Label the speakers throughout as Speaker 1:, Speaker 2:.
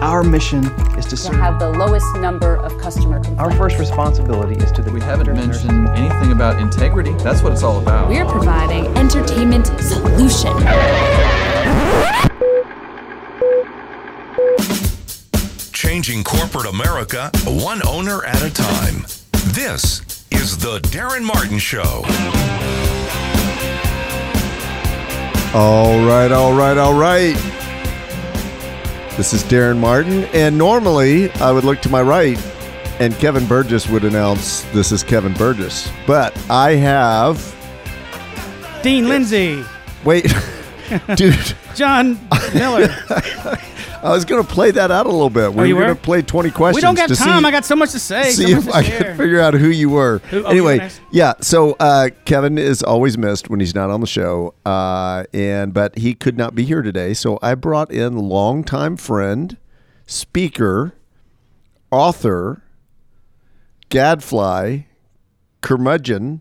Speaker 1: Our mission is to
Speaker 2: to
Speaker 1: serve.
Speaker 2: have the lowest number of customer complaints.
Speaker 1: Our first responsibility is to the
Speaker 3: We haven't
Speaker 1: doctors, nurses,
Speaker 3: mentioned anything about integrity. That's what it's all about.
Speaker 4: We're providing entertainment solution.
Speaker 5: Changing corporate America, one owner at a time. This is The Darren Martin Show.
Speaker 6: All right, all right, all right. This is Darren Martin, and normally I would look to my right and Kevin Burgess would announce this is Kevin Burgess. But I have
Speaker 7: Dean Lindsay,
Speaker 6: wait, dude,
Speaker 7: John Miller.
Speaker 6: I was going to play that out a little bit. We
Speaker 7: Oh, you
Speaker 6: were going
Speaker 7: were?
Speaker 6: to play 20 questions
Speaker 7: we don't got
Speaker 6: to
Speaker 7: time.
Speaker 6: see
Speaker 7: I got so much to say. so
Speaker 6: see
Speaker 7: much
Speaker 6: if
Speaker 7: to
Speaker 6: I
Speaker 7: share.
Speaker 6: can figure out who you were.
Speaker 7: Who- oh, you were
Speaker 6: anyway,
Speaker 7: next.
Speaker 6: yeah. So uh, Kevin is always missed when he's not on the show, uh, and but he could not be here today. So I brought in longtime friend, speaker, author, gadfly, curmudgeon.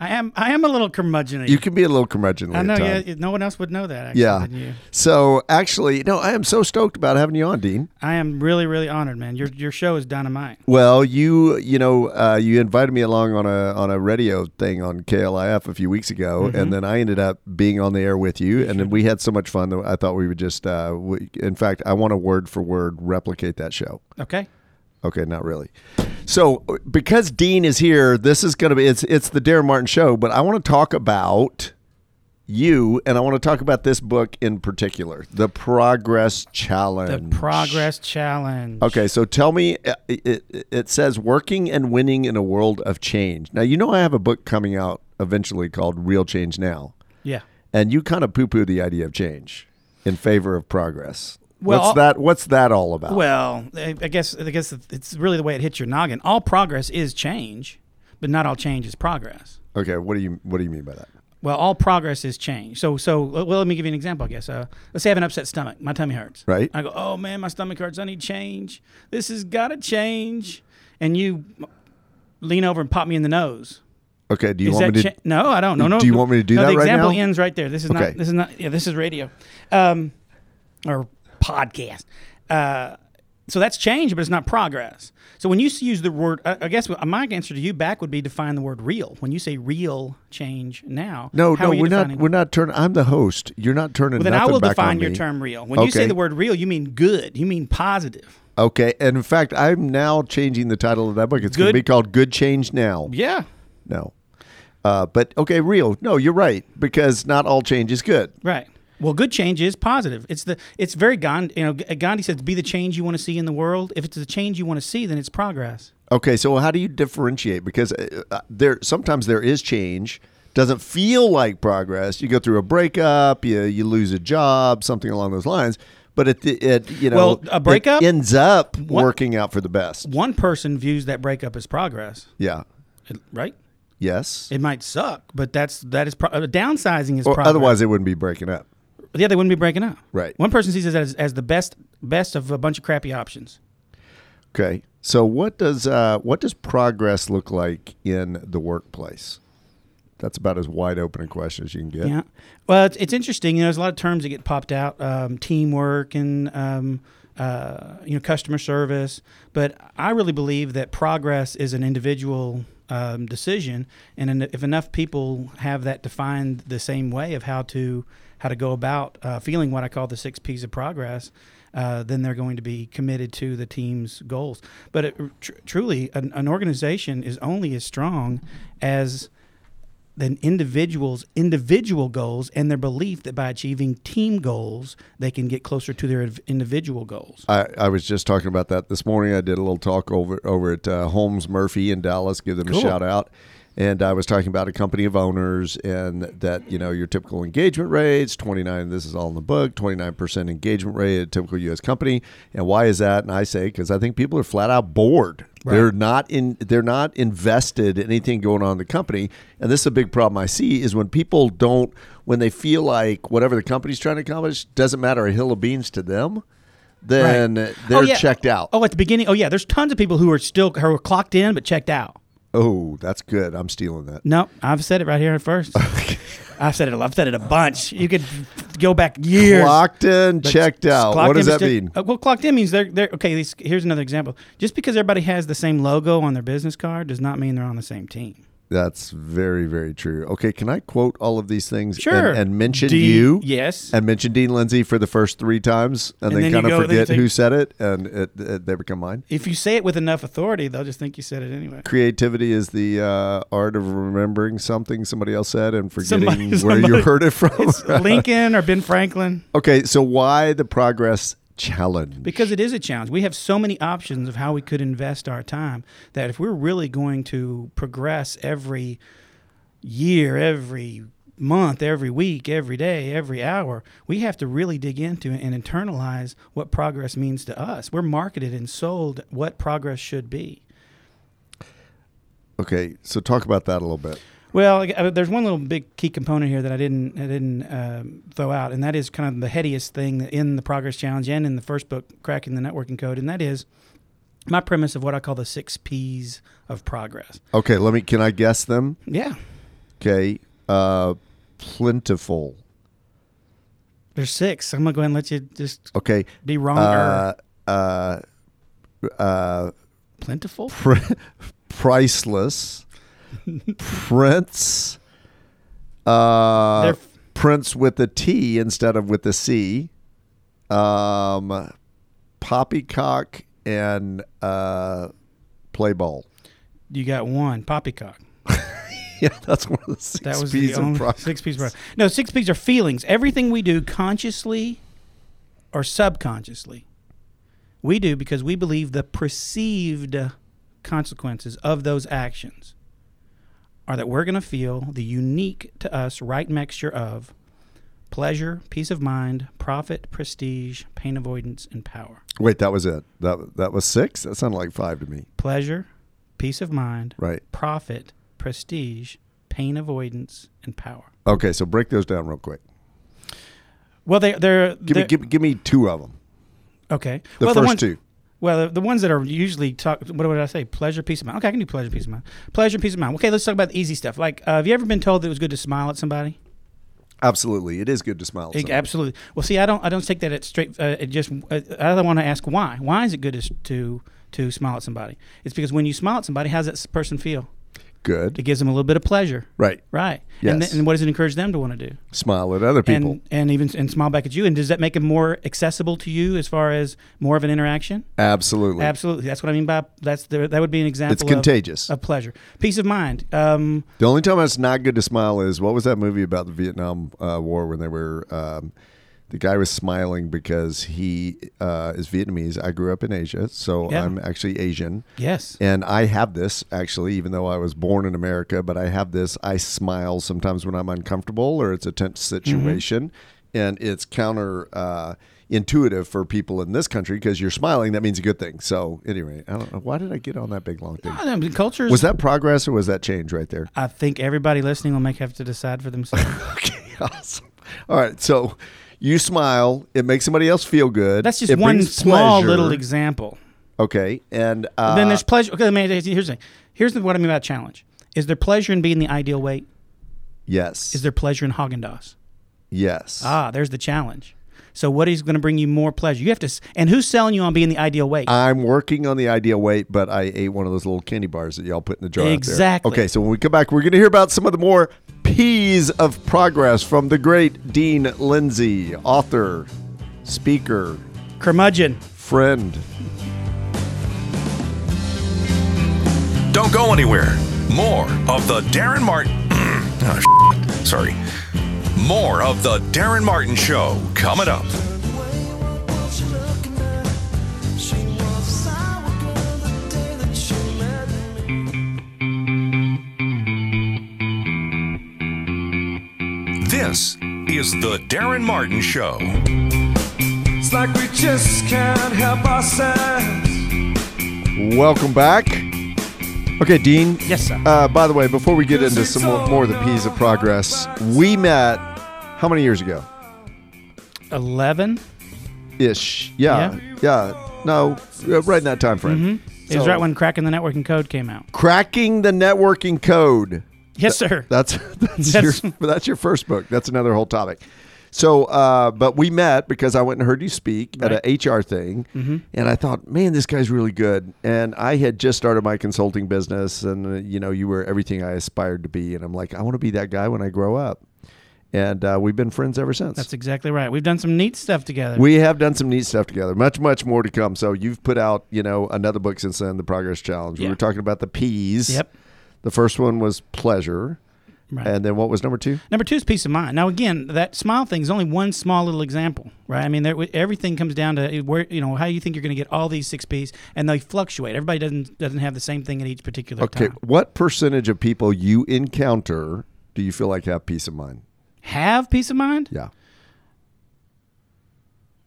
Speaker 7: I am. I am a little curmudgeon.
Speaker 6: You can be a little curmudgeonly.
Speaker 7: I know.
Speaker 6: at
Speaker 7: Yeah,
Speaker 6: times.
Speaker 7: yeah, no one else would know that. Actually,
Speaker 6: Yeah.
Speaker 7: than you.
Speaker 6: So actually, no, I am so stoked about having you on, Dean.
Speaker 7: I am really, really honored, man. Your your show is dynamite.
Speaker 6: Well, you you know uh, you invited me along on a on a radio thing on KLIF a few weeks ago,
Speaker 7: Mm-hmm.
Speaker 6: and then I ended up being on the air with you, and then we had so much fun that I thought we would just. Uh, we, in fact, I want to word for word replicate that show.
Speaker 7: Okay.
Speaker 6: Okay, not really. So because Dean is here, this is going to be it's it's the Darren Martin show, but I want to talk about you, and I want to talk about this book in particular, the Progress
Speaker 7: The
Speaker 6: Challenge.
Speaker 7: progress challenge.
Speaker 6: Okay, so tell me, uh, it, it, it says working and winning in a world of change. Now, you know, I have a book coming out eventually called Real Change Now,
Speaker 7: Yeah.
Speaker 6: and you kind of poo poo the idea of change in favor of progress.
Speaker 7: Well,
Speaker 6: what's that? What's that all about?
Speaker 7: Well, I I guess I guess it's really the way it hits your noggin. All progress is change, but not all change is progress.
Speaker 6: okay, what do you what do you mean by that?
Speaker 7: Well, all progress is change. So, so well, let me give you an example. I guess. Uh, let's say I have an upset stomach. My tummy hurts.
Speaker 6: Right.
Speaker 7: I go, oh man, my stomach hurts. I need change. This has got to change. And you lean over and pop me in the nose.
Speaker 6: Okay, do you
Speaker 7: is
Speaker 6: want
Speaker 7: that
Speaker 6: me to?
Speaker 7: cha- no? I don't. No, no.
Speaker 6: Do you want me to do
Speaker 7: no,
Speaker 6: that
Speaker 7: The
Speaker 6: right
Speaker 7: example
Speaker 6: now?
Speaker 7: ends right there. This is
Speaker 6: Okay.
Speaker 7: not. This is not. Yeah, this is radio, um, or podcast. Uh, so that's change, but it's not progress. So when you s- use the word, I, I guess my answer to you back would be define the word real. When you say real change now,
Speaker 6: no,
Speaker 7: how
Speaker 6: no,
Speaker 7: are you
Speaker 6: we're not.
Speaker 7: defining-
Speaker 6: We're not turning. I'm the host. You're not turning.
Speaker 7: Well, then I
Speaker 6: nothing
Speaker 7: will
Speaker 6: back
Speaker 7: define
Speaker 6: on
Speaker 7: your
Speaker 6: me.
Speaker 7: term real. When you say
Speaker 6: Okay.
Speaker 7: the word real, you mean good. You mean positive.
Speaker 6: Okay, and in fact, I'm now changing the title of that book. It's going to
Speaker 7: Good-
Speaker 6: be called "Good Change Now."
Speaker 7: Yeah.
Speaker 6: No. Uh, but okay, real. No, you're right because not all change is good.
Speaker 7: Right. Well, good change is positive. It's the it's very Gandhi. You know, G- Gandhi says, "Be the change you want to see in the world." If it's the change you want to see, then it's progress.
Speaker 6: Okay, so how do you differentiate? Because uh, uh, there sometimes there is change, doesn't feel like progress. You go through a breakup, you you lose a job, something along those lines. But it it you know
Speaker 7: Well, a
Speaker 6: it
Speaker 7: breakup-
Speaker 6: ends up working out for the best.
Speaker 7: One person views that breakup as progress,
Speaker 6: Yeah.
Speaker 7: right?
Speaker 6: Yes.
Speaker 7: It might suck, but that's that is pro- uh, downsizing is
Speaker 6: or
Speaker 7: progress.
Speaker 6: otherwise, it wouldn't be breaking up.
Speaker 7: yeah, they wouldn't be breaking up.
Speaker 6: Right.
Speaker 7: One person sees it as, as the best best of a bunch of crappy options.
Speaker 6: Okay. So what does uh, what does progress look like in the workplace? That's about as wide open a question as you can get.
Speaker 7: Yeah. Well, it's, it's interesting. You know, there's a lot of terms that get popped out: um, teamwork and um, uh, you know, customer service. But I really believe that progress is an individual um, decision, and en- if enough people have that defined the same way of how to how to go about uh, feeling what I call the six P's of progress. Uh, then they're going to be committed to the team's goals. But it, tr- truly, an, an organization is only as strong as than individuals' individual goals and their belief that by achieving team goals, they can get closer to their inv- individual goals.
Speaker 6: I, I was just talking about that this morning. I did a little talk over over at uh, Holmes Murphy in Dallas. Give them a
Speaker 7: Cool.
Speaker 6: shout out. And I was talking about a company of owners and that you know your typical engagement rates twenty nine. This is all in the book. Twenty nine percent engagement rate at a typical U.S. company. And why is that? And I say because I think people are flat out bored. They're not in. They're not invested in anything going on in the company. And this is a big problem I see is when people don't when they feel like whatever the company's trying to accomplish doesn't matter a hill of beans to them then
Speaker 7: Right.
Speaker 6: they're
Speaker 7: Oh, yeah.
Speaker 6: checked out.
Speaker 7: Oh, at the beginning. Oh, yeah. There's tons of people who are still who are clocked in but checked out.
Speaker 6: Oh, that's good. I'm stealing that.
Speaker 7: No, I've said it right here at first. I've said it. I've said it a bunch. You could go back years.
Speaker 6: Clocked in,
Speaker 7: But
Speaker 6: checked
Speaker 7: s-
Speaker 6: out.
Speaker 7: clocked
Speaker 6: What does
Speaker 7: in
Speaker 6: that
Speaker 7: is
Speaker 6: mean?
Speaker 7: di- uh, well, clocked in means they're they're okay. This, here's another example. Just because everybody has the same logo on their business card does not mean they're on the same team.
Speaker 6: That's very, very true. Okay, can I quote all of these things and-
Speaker 7: Sure.
Speaker 6: and, mention
Speaker 7: D-
Speaker 6: you?
Speaker 7: yes.
Speaker 6: And mention Dean Lindsay for the first three times and,
Speaker 7: And
Speaker 6: then,
Speaker 7: then you
Speaker 6: kind
Speaker 7: go-
Speaker 6: of
Speaker 7: then you
Speaker 6: forget
Speaker 7: think-
Speaker 6: who said it and it, it, they become mine.
Speaker 7: If you say it with enough authority, they'll just think you said it anyway.
Speaker 6: Creativity is the uh, art of remembering something somebody else said and forgetting
Speaker 7: Somebody-
Speaker 6: where you
Speaker 7: somebody-
Speaker 6: heard it from.
Speaker 7: It's Lincoln or Ben Franklin
Speaker 6: okay, so why the progress challenge?
Speaker 7: because it is a challenge. We have so many options of how we could invest our time that if we're really going to progress every year, every month, every week, every day, every hour, we have to really dig into it and internalize what progress means to us. We're marketed and sold what progress should be.
Speaker 6: okay, so talk about that a little bit.
Speaker 7: Well, I- I- there's one little big key component here that I didn't I didn't um, throw out, and that is kind of the headiest thing in the Progress Challenge and in the first book, Cracking the Networking Code, and that is my premise of what I call the six P's of progress.
Speaker 6: Okay, let me. Can I guess them?
Speaker 7: Yeah,
Speaker 6: Okay, uh, plentiful.
Speaker 7: there's six. I'm gonna go ahead and let you just
Speaker 6: Okay,
Speaker 7: be wrong.
Speaker 6: uh,
Speaker 7: or
Speaker 6: uh, uh,
Speaker 7: plentiful.
Speaker 6: pr- priceless prince uh
Speaker 7: They're f-
Speaker 6: prince with a t instead of with a c um poppycock and uh play ball
Speaker 7: You got one poppycock.
Speaker 6: yeah that's one of the six
Speaker 7: That was
Speaker 6: P's
Speaker 7: the
Speaker 6: in
Speaker 7: only
Speaker 6: progress.
Speaker 7: six P's. of progress. No, six P's are feelings. Everything we do consciously or subconsciously, we do because we believe the perceived consequences of those actions are that we're going to feel the unique to us right mixture of pleasure, peace of mind, profit, prestige, pain avoidance, and power.
Speaker 6: wait that was it that that was six that sounded like five to me
Speaker 7: Pleasure, peace of mind,
Speaker 6: right
Speaker 7: profit, prestige, pain avoidance, and power.
Speaker 6: okay so break those down real quick
Speaker 7: Well, they, they're,
Speaker 6: give
Speaker 7: they're
Speaker 6: me give, give me two of them
Speaker 7: Okay.
Speaker 6: the
Speaker 7: well,
Speaker 6: first
Speaker 7: ones,
Speaker 6: two
Speaker 7: Well, the, the ones that are usually talk. What would I say? Pleasure, peace of mind. Okay, I can do pleasure, peace of mind. Pleasure, peace of mind. Okay, let's talk about the easy stuff. Like, uh, have you ever been told that it was good to smile at somebody?
Speaker 6: absolutely it is good to smile at
Speaker 7: It-
Speaker 6: someone.
Speaker 7: absolutely. Well, see, I don't. I don't take that at straight. Uh, it just. Uh, I want to ask why. Why is it good to s- to to smile at somebody? It's because when you smile at somebody, how does that s- person feel? It
Speaker 6: good
Speaker 7: gives them a little bit of pleasure.
Speaker 6: right
Speaker 7: Right. And,
Speaker 6: Yes.
Speaker 7: th- and what does it encourage them to want to do?
Speaker 6: smile at other people
Speaker 7: And and even s- and smile back at you. And does that make it more accessible to you as far as more of an interaction?
Speaker 6: Absolutely.
Speaker 7: Absolutely. That's what I mean by that's the, that would be an example.
Speaker 6: It's
Speaker 7: of-
Speaker 6: contagious.
Speaker 7: Of, pleasure, peace of mind. Um,
Speaker 6: The only time it's not good to smile is what was that movie about the Vietnam uh, War when they were um, the guy was smiling because he uh, is Vietnamese. I grew up in Asia, so
Speaker 7: Yeah.
Speaker 6: I'm actually Asian.
Speaker 7: yes.
Speaker 6: And I have this actually, even though I was born in America, but I have this. I smile sometimes when I'm uncomfortable or it's a tense
Speaker 7: Mm-hmm.
Speaker 6: situation, and it's counter uh, intuitive for people in this country because you're smiling. That means a good thing. So anyway, I don't know why did I get on that big long thing.
Speaker 7: I mean, cultures.
Speaker 6: Was that progress or was that change right there?
Speaker 7: I think everybody listening will make have to decide for themselves.
Speaker 6: Okay, awesome. All right, so you smile, it makes somebody else feel good.
Speaker 7: That's just
Speaker 6: it
Speaker 7: one
Speaker 6: brings
Speaker 7: small
Speaker 6: pleasure.
Speaker 7: little example.
Speaker 6: Okay, and uh,
Speaker 7: then there's pleasure. Okay, I mean, here's the thing. Here's the- what I mean by challenge. Is there pleasure in being the ideal weight?
Speaker 6: yes,
Speaker 7: Is there pleasure in Haagen Dazs?
Speaker 6: yes,
Speaker 7: Ah, there's the challenge. So what is going to bring you more pleasure? You have to. s- And who's selling you on being the ideal weight?
Speaker 6: I'm working on the ideal weight, but I ate one of those little candy bars that y'all put in the jar. out there.
Speaker 7: Exactly.
Speaker 6: Okay, so when we come back, we're going to hear about some of the more P's of progress from the great Dean Lindsay, author, speaker,
Speaker 7: Curmudgeon.
Speaker 6: friend.
Speaker 5: Don't go anywhere. More of the Darren Martin. oh, shit. Sorry. More of the Darren Martin Show coming up. This is the Darren Martin Show.
Speaker 8: It's like we just can't help ourselves.
Speaker 6: Welcome back. Okay, Dean.
Speaker 7: Yes, sir.
Speaker 6: Uh, by the way, before we get into some more, more of the P's of progress, we met how many years ago?
Speaker 7: Eleven.
Speaker 6: Ish. Yeah. Yeah. No, uh, right in that time frame.
Speaker 7: Mm-hmm. It was
Speaker 6: So-
Speaker 7: right when cracking the networking code came out.
Speaker 6: Cracking the networking code.
Speaker 7: Yes, sir.
Speaker 6: That's that's,
Speaker 7: That's-
Speaker 6: your that's your first book. That's another whole topic. So, uh, but we met because I went and heard you speak at an HR thing,
Speaker 7: Mm-hmm.
Speaker 6: and I thought, man, this guy's really good. And I had just started my consulting business, and uh, you know, you were everything I aspired to be. And I'm like, I want to be that guy when I grow up. And uh, we've been friends ever since.
Speaker 7: That's exactly right. We've done some neat stuff together.
Speaker 6: we have done some neat stuff together. Much, much more to come. So you've put out, you know, another book since then, the Progress Challenge. We
Speaker 7: Yeah.
Speaker 6: were talking about the P's.
Speaker 7: Yep.
Speaker 6: The first one was pleasure,
Speaker 7: Right.
Speaker 6: and then what was number two?
Speaker 7: Number two is peace of mind. Now, again, that smile thing is only one small little example, right? I mean, there, everything comes down to eh, where you know how you think you're going to get all these six P's, and they fluctuate. Everybody doesn't doesn't have the same thing at each particular
Speaker 6: Okay,
Speaker 7: time.
Speaker 6: what percentage of people you encounter do you feel like have peace of mind?
Speaker 7: Have peace of mind
Speaker 6: Yeah.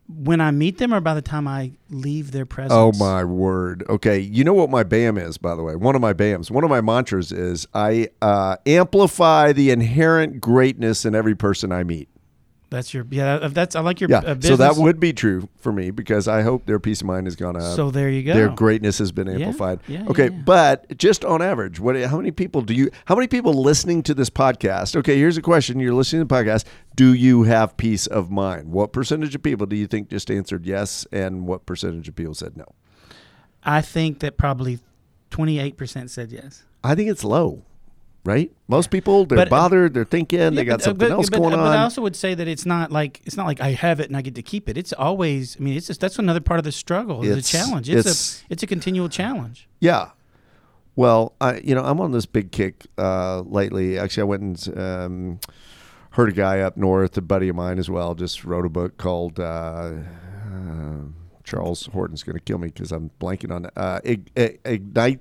Speaker 7: when I meet them, or by the time I leave their presence.
Speaker 6: Oh my word. Okay, you know what my BAM is, by the way. One of my BAMs, one of my mantras is I uh, amplify the inherent greatness in every person I meet.
Speaker 7: That's your yeah. That's I like your
Speaker 6: Yeah.
Speaker 7: uh, business.
Speaker 6: so that would be true for me because I hope their peace of mind is gonna.
Speaker 7: So there you go.
Speaker 6: Their greatness has been amplified.
Speaker 7: yeah,
Speaker 6: okay,
Speaker 7: yeah.
Speaker 6: but just on average, what? How many people do you? How many people listening to this podcast? Okay, here's a question: You're listening to the podcast. Do you have peace of mind? What percentage of people do you think just answered yes, and what percentage of people said no?
Speaker 7: I think that probably twenty eight percent said yes.
Speaker 6: I think it's low, right? Most people they're
Speaker 7: But- um,
Speaker 6: bothered, they're thinking, they
Speaker 7: Yeah,
Speaker 6: got
Speaker 7: but- uh,
Speaker 6: something
Speaker 7: but,
Speaker 6: else
Speaker 7: but,
Speaker 6: going
Speaker 7: but
Speaker 6: on.
Speaker 7: I also would say that it's not like it's not like I have it and I get to keep it. It's always. I mean, it's just that's another part of the struggle. It's,
Speaker 6: It's-
Speaker 7: a challenge. It's,
Speaker 6: it's-
Speaker 7: a it's a continual challenge.
Speaker 6: Yeah. Well, I you know I'm on this big kick uh, lately. Actually, I went and um, heard a guy up north, a buddy of mine as well, just wrote a book called uh, uh, Charles Horton's going to kill me because I'm blanking on uh, Ig- Ig- ignite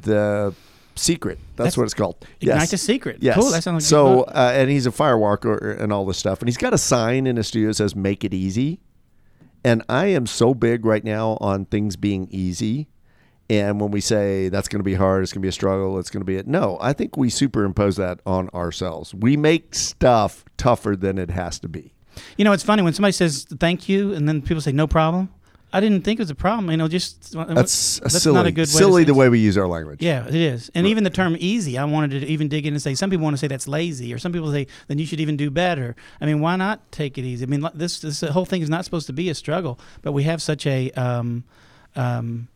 Speaker 6: the secret. That's,
Speaker 7: That's-
Speaker 6: what it's called.
Speaker 7: Ignite
Speaker 6: yes.
Speaker 7: the secret.
Speaker 6: Yes.
Speaker 7: Cool. That sounds like a good
Speaker 6: so.
Speaker 7: book.
Speaker 6: Uh, and he's a firewalker and all this stuff. And he's got a sign in his studio that says "Make it easy." And I am so big right now on things being easy. And when we say that's going to be hard, it's going to be a struggle, it's going to be it. No, I think we superimpose that on ourselves. We make stuff tougher than it has to be.
Speaker 7: You know, it's funny when somebody says thank you and then people say no problem. I didn't think it was a problem. You know, just uh,
Speaker 6: That's, a
Speaker 7: that's
Speaker 6: silly,
Speaker 7: not a good way
Speaker 6: silly
Speaker 7: to say
Speaker 6: the way we use our language.
Speaker 7: Yeah, it is. And even the term easy, I wanted to even dig in and say some people want to say that's lazy, or some people say then you should even do better. I mean, why not take it easy? I mean, li- this this whole thing is not supposed to be a struggle, but we have such a um, um,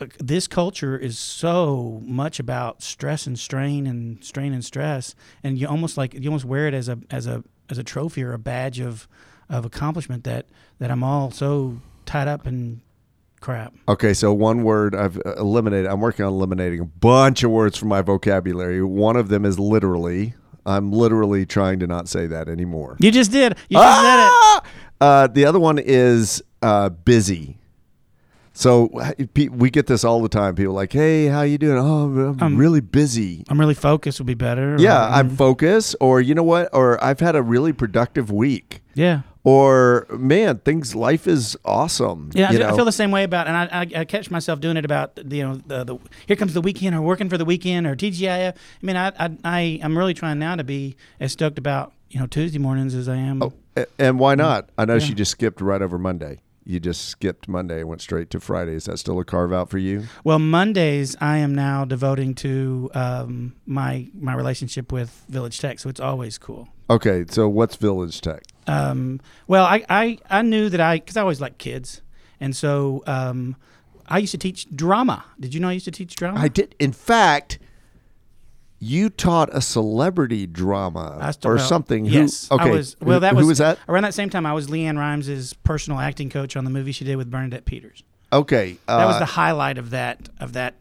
Speaker 7: uh, this culture is so much about stress and strain and strain and stress, and you almost like you almost wear it as a as a as a trophy or a badge of of accomplishment that that I'm all so tied up in crap.
Speaker 6: Okay, so one word I've uh, eliminated. I'm working on eliminating a bunch of words from my vocabulary. One of them is literally. I'm literally trying to not say that anymore.
Speaker 7: You just did. You just did it.
Speaker 6: Uh, the other one is uh, busy. So pe- we get this all the time. People like, "Hey, how you doing? Oh, I'm
Speaker 7: Um,
Speaker 6: really busy.
Speaker 7: I'm really focused would be better. or-
Speaker 6: yeah, I'm focused, or you know what? Or I've had a really productive week.
Speaker 7: yeah.
Speaker 6: Or man, things life is awesome.
Speaker 7: Yeah, I,
Speaker 6: you
Speaker 7: do- I
Speaker 6: know?
Speaker 7: feel the same way about, and I, I, I catch myself doing it about you know the, the here comes the weekend or working for the weekend or TGIF. I mean, I I, I I'm really trying now to be as stoked about you know Tuesday mornings as I am.
Speaker 6: A- And why not? I know she just skipped right over Monday. You just skipped Monday and went straight to Friday. Is that still a carve out for you?
Speaker 7: Well, Mondays I am now devoting to um, my my relationship with Village Tech, so it's always cool.
Speaker 6: Okay, so what's Village Tech?
Speaker 7: Um, well, I, I, I knew that I, because I always liked kids. And so um, I used to teach drama. Did you know I used to teach drama?
Speaker 6: I did. In fact, you taught a celebrity drama
Speaker 7: I still
Speaker 6: or
Speaker 7: don't-
Speaker 6: something. Who-
Speaker 7: Yes.
Speaker 6: okay.
Speaker 7: I was, well,
Speaker 6: who-
Speaker 7: that
Speaker 6: who
Speaker 7: was,
Speaker 6: was that?
Speaker 7: Around that same time, I was Leanne Rimes' personal acting coach on the movie she did with Bernadette Peters.
Speaker 6: Okay. Uh,
Speaker 7: That was the highlight of that of that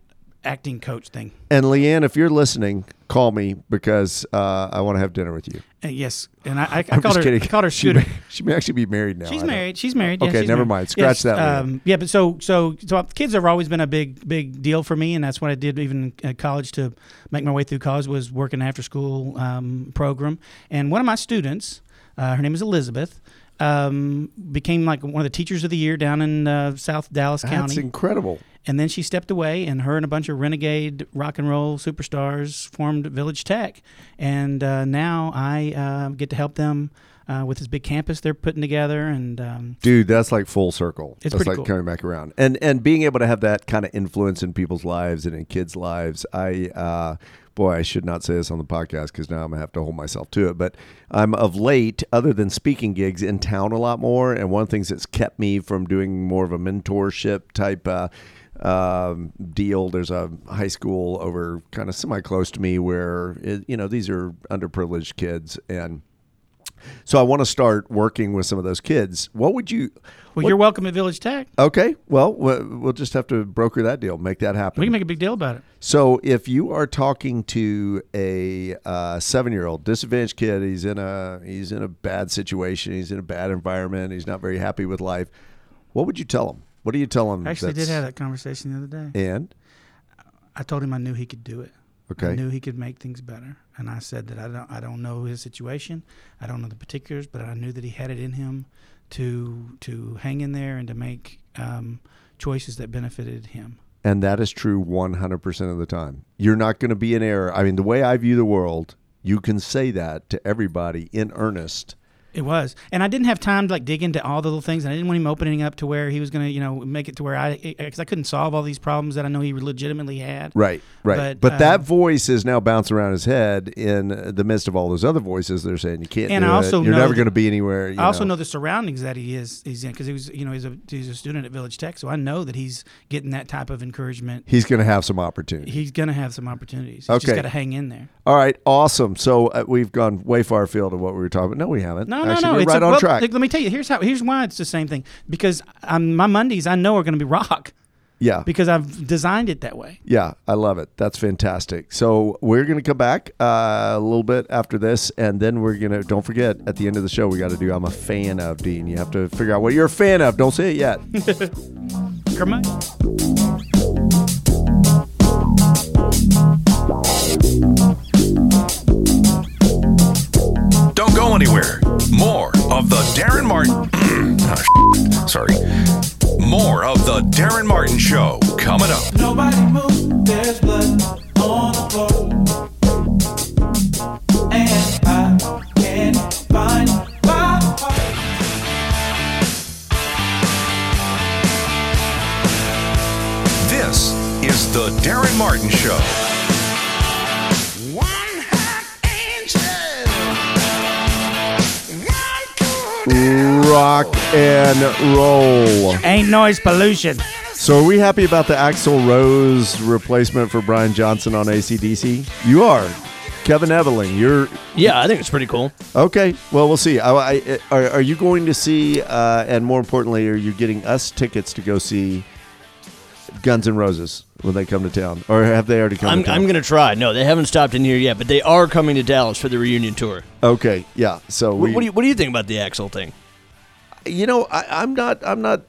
Speaker 7: acting coach thing.
Speaker 6: and Leanne, if you're listening, call me because uh, I want to have dinner with you.
Speaker 7: And Uh, yes, and I, I, I
Speaker 6: I'm
Speaker 7: called
Speaker 6: just
Speaker 7: her.
Speaker 6: kidding.
Speaker 7: I called her
Speaker 6: she,
Speaker 7: shooter.
Speaker 6: may, she may actually be married now. I
Speaker 7: She's
Speaker 6: don't-
Speaker 7: married. She's married. Yeah,
Speaker 6: Okay,
Speaker 7: she's
Speaker 6: never
Speaker 7: married.
Speaker 6: mind. Scratch that one.
Speaker 7: Um, yeah, but so so so uh, kids have always been a big big deal for me, and that's what I did even at college to make my way through college was work an after school um, program. And one of my students, uh, her name is Elizabeth, um, became like one of the teachers of the year down in uh, South Dallas
Speaker 6: That's
Speaker 7: County.
Speaker 6: incredible.
Speaker 7: And then she stepped away, and her and a bunch of renegade rock and roll superstars formed Village Tech. And uh, now I uh, get to help them uh, with this big campus they're putting together. And um,
Speaker 6: Dude, that's like full circle.
Speaker 7: It's
Speaker 6: that's
Speaker 7: pretty
Speaker 6: like
Speaker 7: cool.
Speaker 6: coming back around, and and being able to have that kind of influence in people's lives and in kids' lives. I, uh, boy, I should not say this on the podcast because now I'm gonna have to hold myself to it. But I'm of late, other than speaking gigs in town a lot more, and one of the things that's kept me from doing more of a mentorship type. Uh, um, deal. There's a high school over kind of semi close to me where, it, you know, these are underprivileged kids. And so I want to start working with some of those kids. What would you,
Speaker 7: well, you're welcome at Village Tech.
Speaker 6: Okay. Well, we- we'll just have to broker that deal, make that happen.
Speaker 7: We can make a big deal about it.
Speaker 6: so, if you are talking to a uh, seven-year-old disadvantaged kid, he's in a he's in a bad situation, he's in a bad environment, he's not very happy with life. What would you tell him? What do you tell him?
Speaker 7: I actually did
Speaker 6: that's-
Speaker 7: have that conversation the other day.
Speaker 6: And
Speaker 7: I told him I knew he could do it.
Speaker 6: Okay.
Speaker 7: I knew he could make things better, and I said that I don't. I don't know his situation. I don't know the particulars, but I knew that he had it in him to to hang in there and to make um, choices that benefited him.
Speaker 6: and that is true 100% of the time. You're not going to be in error. I mean, the way I view the world, you can say that to everybody in earnest.
Speaker 7: It was, and I didn't have time to like dig into all the little things, and I didn't want him opening up to where he was gonna, you know, make it to where I because I couldn't solve all these problems that I know he legitimately had.
Speaker 6: Right, right. But,
Speaker 7: But, um,
Speaker 6: that voice is now bouncing around his head in the midst of all those other voices. They're saying you can't.
Speaker 7: And
Speaker 6: do
Speaker 7: I also
Speaker 6: it. you're
Speaker 7: know
Speaker 6: never
Speaker 7: that-
Speaker 6: going to be anywhere. you
Speaker 7: I also know. the surroundings that he is he's in because he was, you know, he's a he's a student at Village Tech, so I know that he's getting that type of encouragement.
Speaker 6: he's going to have some opportunity.
Speaker 7: He's gonna have some opportunities. He's
Speaker 6: Okay.
Speaker 7: just gotta hang in there.
Speaker 6: all right, awesome. So uh, we've gone way far afield of what we were talking about. No, we haven't.
Speaker 7: No,
Speaker 6: Actually,
Speaker 7: no, no.
Speaker 6: We're
Speaker 7: It's
Speaker 6: right
Speaker 7: a,
Speaker 6: on
Speaker 7: well,
Speaker 6: track.
Speaker 7: Let let me tell you. Here's how. Here's why it's the same thing. Because um, my Mondays I know are gonna be rock
Speaker 6: yeah,
Speaker 7: because I've designed it that way.
Speaker 6: yeah, I love it. That's fantastic. So we're going to come back uh, a little bit after this, and then we're going to don't forget at the end of the show we got to do. I'm a fan of Dean. You have to figure out what you're a fan of. Don't say it yet.
Speaker 7: Kermit?
Speaker 5: Don't go anywhere. More of the Darren Martin. Ah, Sorry. More of the Darren Martin Show coming up.
Speaker 8: Nobody move, there's blood on the floor. And I can't find my heart.
Speaker 5: This is the Darren Martin Show.
Speaker 6: Rock and roll.
Speaker 7: Ain't noise pollution.
Speaker 6: So, are we happy about the Axl Rose replacement for Brian Johnson on ACDC? You are. Kevin Eveling, you're
Speaker 9: Yeah, I think it's pretty cool.
Speaker 6: okay. Well, we'll see. I, I, are, are you going to see, uh, and more importantly, are you getting us tickets to go see Guns N' Roses when they come to town? Or have they already come
Speaker 9: I'm,
Speaker 6: to town?
Speaker 9: I'm gonna try. No, they haven't stopped in here yet, but they are coming to Dallas for the reunion tour.
Speaker 6: okay, yeah. So,
Speaker 9: What,
Speaker 6: we,
Speaker 9: what do you What do you think about the Axel thing?
Speaker 6: you know, I, I'm not. I'm not.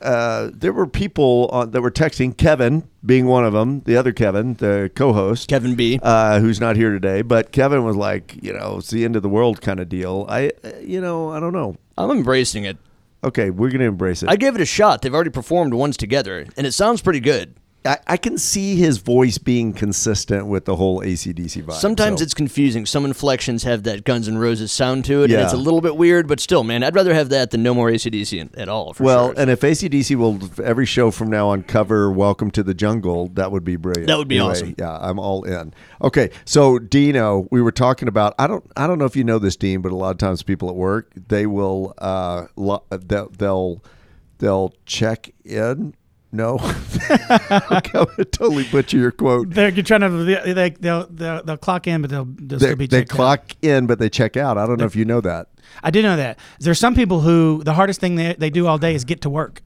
Speaker 6: Uh, there were people on, that were texting Kevin, being one of them. The other Kevin, the co-host,
Speaker 9: Kevin B.
Speaker 6: uh, who's not here today. But Kevin was like, you know, it's the end of the world kind of deal. I, uh, you know, I don't know.
Speaker 9: I'm embracing it.
Speaker 6: Okay, we're gonna embrace it.
Speaker 9: I gave it a shot. They've already performed once together, and it sounds pretty good.
Speaker 6: I, I can see his voice being consistent with the whole ACDC vibe.
Speaker 9: Sometimes
Speaker 6: so-
Speaker 9: it's confusing. Some inflections have that Guns N' Roses sound to it,
Speaker 6: Yeah.
Speaker 9: and it's a little bit weird, but still, man, I'd rather have that than no more ACDC in- at all. For
Speaker 6: well,
Speaker 9: sure.
Speaker 6: and if ACDC will every show from now on cover "Welcome to the Jungle," that would be brilliant.
Speaker 9: That would be awesome.
Speaker 6: Yeah, I'm all in. Okay, so Dino, we were talking about. I don't. I don't know if you know this, Dean, but a lot of times people at work they will. Uh, lo- they'll, they'll they'll check in. No, okay, I would totally butcher your quote.
Speaker 7: They're you're trying to they, they, they'll, they'll they'll clock in, but they'll, they'll
Speaker 6: They,
Speaker 7: still be
Speaker 6: they
Speaker 7: checked out.
Speaker 6: clock in, but they check out. I don't know if you know that.
Speaker 7: I do know that there's some people who the hardest thing they, they do all day is get to work.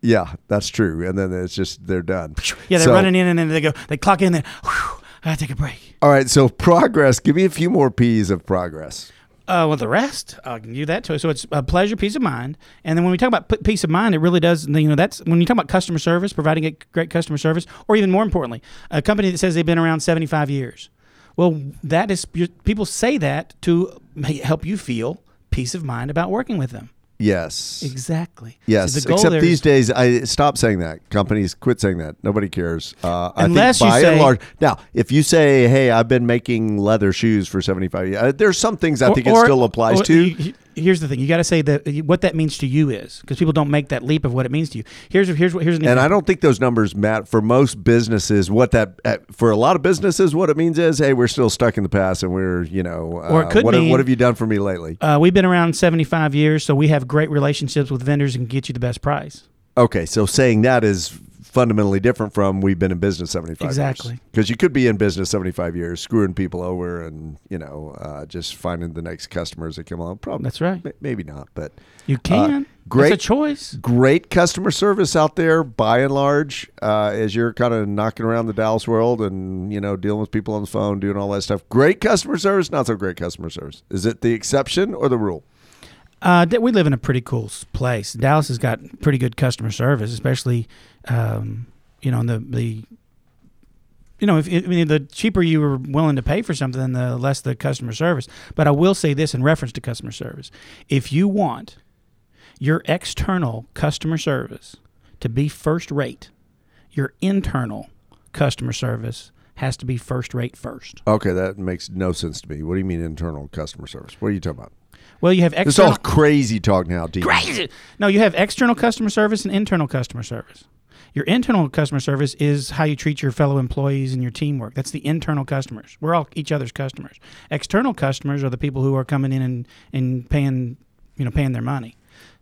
Speaker 6: Yeah, that's true. And then it's just they're done.
Speaker 7: Yeah, they're
Speaker 6: So-
Speaker 7: running in and then they go they clock in and then whew, I gotta take a break.
Speaker 6: All right, so progress. Give me a few more P's of progress.
Speaker 7: Uh, well, the rest I can give that to. So it's uh, pleasure, peace of mind, and then when we talk about p- peace of mind, it really does. You know, that's when you talk about customer service, providing a great customer service, or even more importantly, a company that says they've been around seventy five years. Well, that is you- people say that to ma- help you feel peace of mind about working with them.
Speaker 6: Yes.
Speaker 7: Exactly. So
Speaker 6: Yes.
Speaker 7: the goal
Speaker 6: Except
Speaker 7: there
Speaker 6: these
Speaker 7: is-
Speaker 6: days, I stop saying that. Companies quit saying that. Nobody cares. Uh,
Speaker 7: Unless
Speaker 6: I
Speaker 7: you
Speaker 6: think by and
Speaker 7: say-
Speaker 6: large, now if you say, "Hey, I've been making leather shoes for seventy-five years," uh, there's some things I
Speaker 7: Or-
Speaker 6: think it
Speaker 7: or-
Speaker 6: still applies
Speaker 7: or
Speaker 6: to.
Speaker 7: you- here's the thing: you got to say that what that means to you is because people don't make that leap of what it means to you. Here's here's what here's an
Speaker 6: And I
Speaker 7: example.
Speaker 6: don't think those numbers, Matt, for most businesses, what that uh, for a lot of businesses, what it means is, hey, we're still stuck in the past, and we're you know, uh,
Speaker 7: Or it could
Speaker 6: what, have-
Speaker 7: mean-
Speaker 6: what have you done for me lately?
Speaker 7: Uh, we've been around 75 years, so we have great relationships with vendors and can get you the best price.
Speaker 6: Okay, so saying that is fundamentally different from we've been in business seventy five
Speaker 7: Exactly.
Speaker 6: because you could be in business seventy five years, screwing people over, and you know, uh, just finding the next customers that come along. Probably
Speaker 7: That's right.
Speaker 6: may- maybe not, but
Speaker 7: You can.
Speaker 6: Uh, great-
Speaker 7: It's a choice.
Speaker 6: great customer service out there by and large uh, as you're kind of knocking around the dallas world and you know dealing with people on the phone doing all that stuff great customer service not so great customer service is it the exception or the rule
Speaker 7: Uh, d- we live in a pretty cool s- place. Dallas has got pretty good customer service, especially, um, you know, in the the. You know, if I mean, the cheaper you were willing to pay for something, the less the customer service. But I will say this in reference to customer service: if you want your external customer service to be first rate, your internal customer service has to be first rate first.
Speaker 6: okay that makes no sense to me what do you mean internal customer service what are you talking about
Speaker 7: Well, you have
Speaker 6: it's all
Speaker 7: external.
Speaker 6: crazy talk now D.
Speaker 7: crazy. No, you have external customer service and internal customer service. Your internal customer service is how you treat your fellow employees and your teamwork. That's the internal customers. We're all each other's customers. External customers are the people who are coming in and, and paying, you know, paying their money.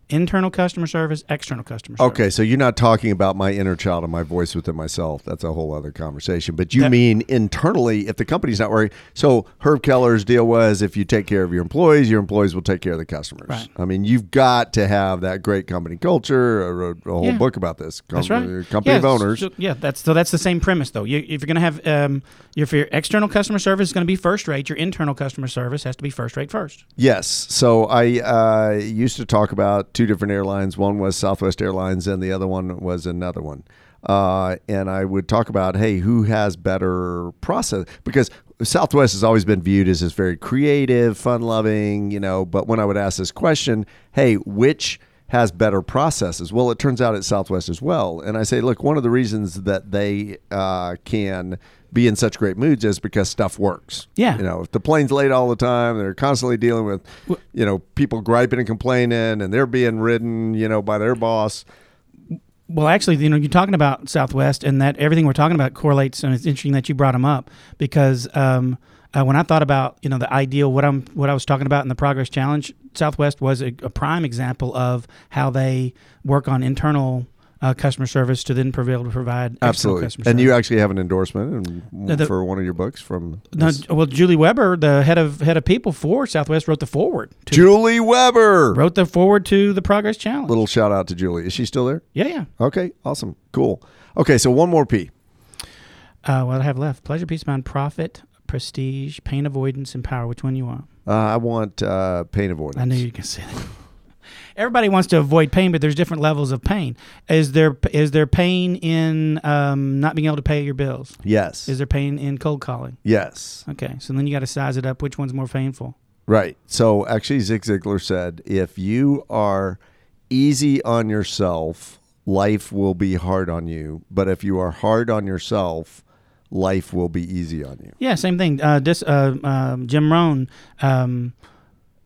Speaker 7: Internal customer service, external customer service.
Speaker 6: okay so you're not talking about my inner child and my voice within myself that's a whole other conversation but you
Speaker 7: That-
Speaker 6: mean internally if the company's not working so herb keller's deal was if you take care of your employees your employees will take care of the customers
Speaker 7: Right.
Speaker 6: i mean you've got to have that great company culture i wrote a whole
Speaker 7: Yeah.
Speaker 6: book about this com-
Speaker 7: That's right.
Speaker 6: company
Speaker 7: yeah,
Speaker 6: of owners
Speaker 7: so- yeah, that's so. That's the same premise, though. You, if you're going to have um, your, if your external customer service is going to be first rate, your internal customer service has to be first rate first.
Speaker 6: Yes. So I uh, used to talk about two different airlines. One was Southwest Airlines, and the other one was another one. Uh, and I would talk about, hey, who has better process? Because Southwest has always been viewed as this very creative, fun loving, you know. But when I would ask this question, hey, which has better processes. Well, it turns out at Southwest as well. And I say, look, one of the reasons that they uh, can be in such great moods is because stuff works.
Speaker 7: Yeah.
Speaker 6: You know, if the plane's late all the time, they're constantly dealing with, you know, people griping and complaining, and they're being ridden, you know, by their boss.
Speaker 7: Well, actually, you know, you're talking about Southwest, and that everything we're talking about correlates. And it's interesting that you brought them up because um, uh, when I thought about you know the ideal, what I'm what I was talking about in the Progress Challenge, Southwest was a, a prime example of how they work on internal uh, customer service to then be able to provide external customer
Speaker 6: And
Speaker 7: service.
Speaker 6: you actually have an endorsement and
Speaker 7: the-
Speaker 6: for one of your books from
Speaker 7: No, well, Julie Weber, the head of head of people for Southwest, wrote the forward. To,
Speaker 6: Julie Weber.
Speaker 7: wrote the forward to the Progress Challenge.
Speaker 6: Little shout out to Julie. Is she still there?
Speaker 7: yeah, yeah.
Speaker 6: Okay. Awesome. Cool. Okay. So one more P.
Speaker 7: Uh, what I have left: pleasure, peace, of mind, profit, prestige, pain avoidance, and power. Which one you want?
Speaker 6: Uh, I want uh, pain avoidance.
Speaker 7: I knew you could say that. Everybody wants to avoid pain, but there's different levels of pain. Is there is there pain in um, not being able to pay your bills?
Speaker 6: Yes.
Speaker 7: Is there pain in cold calling?
Speaker 6: Yes.
Speaker 7: Okay, so then you got to size it up. Which one's more painful?
Speaker 6: Right. So actually, Zig Ziglar said if you are easy on yourself, life will be hard on you. But if you are hard on yourself, life will be easy on you.
Speaker 7: Yeah, same thing. Uh, this uh, um, Jim Rohn, um,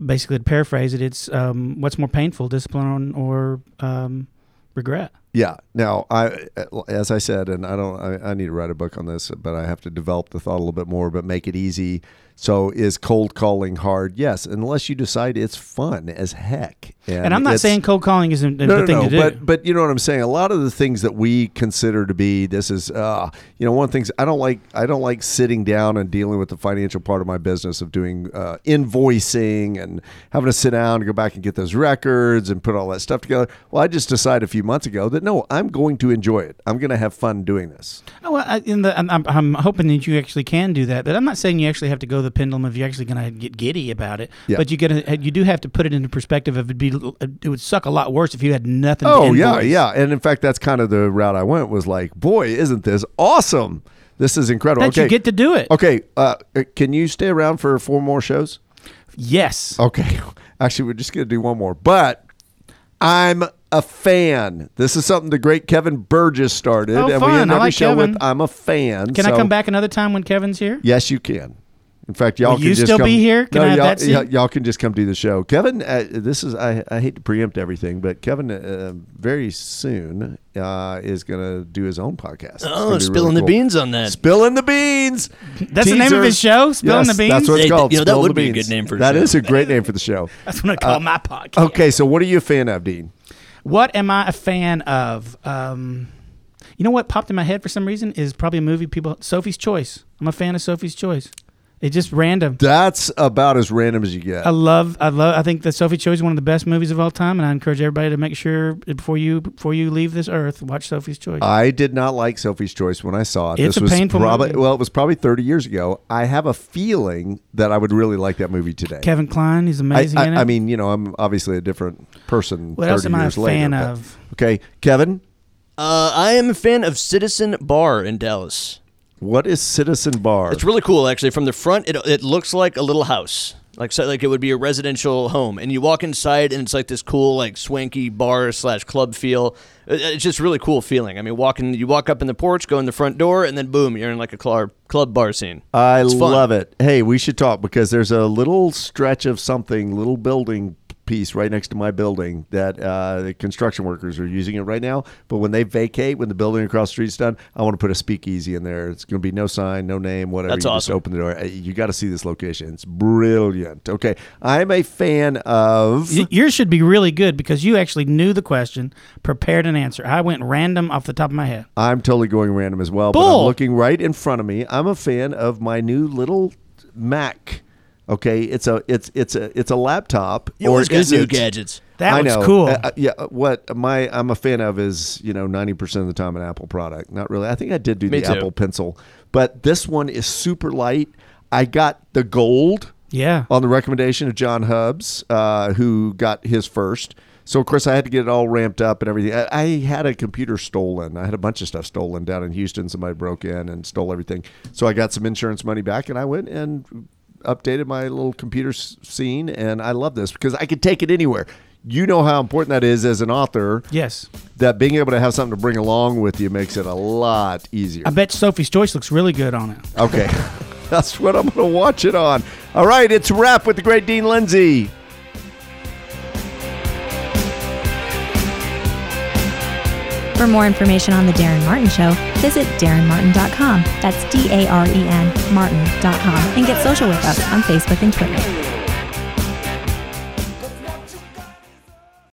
Speaker 7: basically to paraphrase it, it's um, what's more painful, discipline or um, regret?
Speaker 6: Yeah. Now, I, as I said, and I don't, I, I need to write a book on this, but I have to develop the thought a little bit more, but make it easy. So, is cold calling hard? Yes, unless you decide it's fun as heck.
Speaker 7: And I'm not
Speaker 6: it's-
Speaker 7: saying cold calling isn't uh, the thing to do.
Speaker 6: But but you know what I'm saying. A lot of the things that we consider to be this is uh, you know one of the things I don't like. I don't like sitting down and dealing with the financial part of my business of doing uh, invoicing and having to sit down and go back and get those records and put all that stuff together. Well, I just decided a few months ago that no, I'm going to enjoy it. I'm going to have fun doing this.
Speaker 7: Oh, Well, I, in the, I'm, I'm, I'm hoping that you actually can do that, but I'm not saying you actually have to go to the pendulum if you're actually going to get giddy about it.
Speaker 6: Yeah.
Speaker 7: But you get you do have to put it into perspective. Of it'd be it would suck a lot worse if you had nothing. to
Speaker 6: Oh yeah,
Speaker 7: invoice.
Speaker 6: yeah. And in fact, that's kind of the route I went. Was like, boy, isn't this awesome? This is incredible.
Speaker 7: That
Speaker 6: okay.
Speaker 7: you get to do it.
Speaker 6: Okay, uh, can you stay around for four more shows?
Speaker 7: Yes.
Speaker 6: Okay. Actually, we're just going to do one more, but I'm a fan. This is something the great Kevin Burgess started,
Speaker 7: Oh,
Speaker 6: and we
Speaker 7: fun.
Speaker 6: end
Speaker 7: I
Speaker 6: every
Speaker 7: like
Speaker 6: show
Speaker 7: Kevin.
Speaker 6: with "I'm a fan."
Speaker 7: Can I
Speaker 6: So-
Speaker 7: come back another time when Kevin's here?
Speaker 6: Yes, you can. In fact, y'all
Speaker 7: Will
Speaker 6: can
Speaker 7: you
Speaker 6: just
Speaker 7: still
Speaker 6: come,
Speaker 7: be here? Can
Speaker 6: no,
Speaker 7: I have
Speaker 6: y'all,
Speaker 7: that seat?
Speaker 6: y'all- y'all can just come do the show. Kevin, uh, this is I, I hate to preempt everything, but Kevin uh, very soon uh, is going to do his own podcast. It's gonna
Speaker 9: Oh,
Speaker 6: be
Speaker 9: spilling
Speaker 6: really
Speaker 9: the
Speaker 6: cool.
Speaker 9: beans on that.
Speaker 6: Spilling the beans.
Speaker 7: That's the name of his show, Spilling
Speaker 6: Yes,
Speaker 7: the
Speaker 6: That's what it's
Speaker 9: Hey,
Speaker 6: called.
Speaker 9: you know, that
Speaker 6: Spilling
Speaker 9: would
Speaker 6: the
Speaker 9: be a
Speaker 6: Beans.
Speaker 9: good name for a
Speaker 6: That
Speaker 9: show.
Speaker 6: is a great name for the show.
Speaker 7: That's what I call my podcast.
Speaker 6: Uh, Okay, so what are you a fan of, Dean?
Speaker 7: What am I a fan of? Um, you know what popped in my head for some reason is probably a movie people Sophie's Choice. I'm a fan of Sophie's Choice. It's just random.
Speaker 6: That's about as random as you get.
Speaker 7: I love, I love. I think that Sophie's Choice is one of the best movies of all time, and I encourage everybody to make sure before you before you leave this earth, watch Sophie's Choice.
Speaker 6: I did not like Sophie's Choice when I saw it.
Speaker 7: It's
Speaker 6: this
Speaker 7: a
Speaker 6: was
Speaker 7: painful
Speaker 6: probably,
Speaker 7: movie.
Speaker 6: Well, it was probably 30 years ago. I have a feeling that I would really like that movie today.
Speaker 7: Kevin Klein, he's
Speaker 6: I,
Speaker 7: amazing.
Speaker 6: I,
Speaker 7: in it.
Speaker 6: I mean, you know, I'm obviously a different person.
Speaker 7: What else
Speaker 6: 30
Speaker 7: am I a
Speaker 6: years later,
Speaker 7: fan
Speaker 6: but-
Speaker 7: of?
Speaker 6: Okay, Kevin,
Speaker 9: Uh, I am a fan of Citizen Bar in Dallas.
Speaker 6: what is Citizen Bar?
Speaker 9: It's really cool, actually. From the front, it, it looks like a little house, like so, like it would be a residential home. And you walk inside, and it's like this cool, like swanky bar slash club feel. It- it's just really cool feeling. I mean, walking, you walk up in the porch, go in the front door, and then boom, you're in like a club club bar scene.
Speaker 6: I
Speaker 9: It's fun.
Speaker 6: love it. Hey, we should talk because there's a little stretch of something, little building piece right next to my building that uh, the construction workers are using it right now. But when they vacate, when the building across the street's done, I want to put a speakeasy in there. It's going to be no sign, no name, whatever.
Speaker 9: That's
Speaker 6: you Just
Speaker 9: awesome.
Speaker 6: open the door. Uh, You got to see this location. It's brilliant. Okay, I'm a fan of.
Speaker 7: Y- Yours should be really good because you actually knew the question, prepared an answer. I went random off the top of my head.
Speaker 6: I'm totally going random as well, but I'm
Speaker 7: Bull.
Speaker 6: looking right in front of me. I'm a fan of my new little Mac. Okay, it's a it's it's a it's a laptop.
Speaker 9: You always got
Speaker 6: is
Speaker 9: new
Speaker 6: it?
Speaker 9: gadgets.
Speaker 7: That
Speaker 6: I
Speaker 7: was
Speaker 6: know.
Speaker 7: cool.
Speaker 6: Uh, uh, yeah, uh, what my I'm a fan of is you know 90 percent of the time an Apple product. Not really. I think I did do
Speaker 9: Me
Speaker 6: the
Speaker 9: too.
Speaker 6: Apple Pencil, but this one is super light. I got the gold
Speaker 7: yeah.
Speaker 6: on the recommendation of John Hubbs, uh, who got his first. So of course I had to get it all ramped up and everything. I, I had a computer stolen. I had a bunch of stuff stolen down in Houston. Somebody broke in and stole everything. So I got some insurance money back, and I went and updated my little computer s- scene. And I love this because I could take it anywhere. You know how important that is as an author.
Speaker 7: yes.
Speaker 6: That being able to have something to bring along with you makes it a lot easier.
Speaker 7: I bet Sophie's Choice looks really good on it.
Speaker 6: Okay. That's what I'm going to watch it on. All right, it's Wrap with the great Dean Lindsay.
Speaker 10: For more information on The Darren Martin Show, visit darrenmartin.com. That's D A R E N Martin.com. And get social with us on Facebook and Twitter.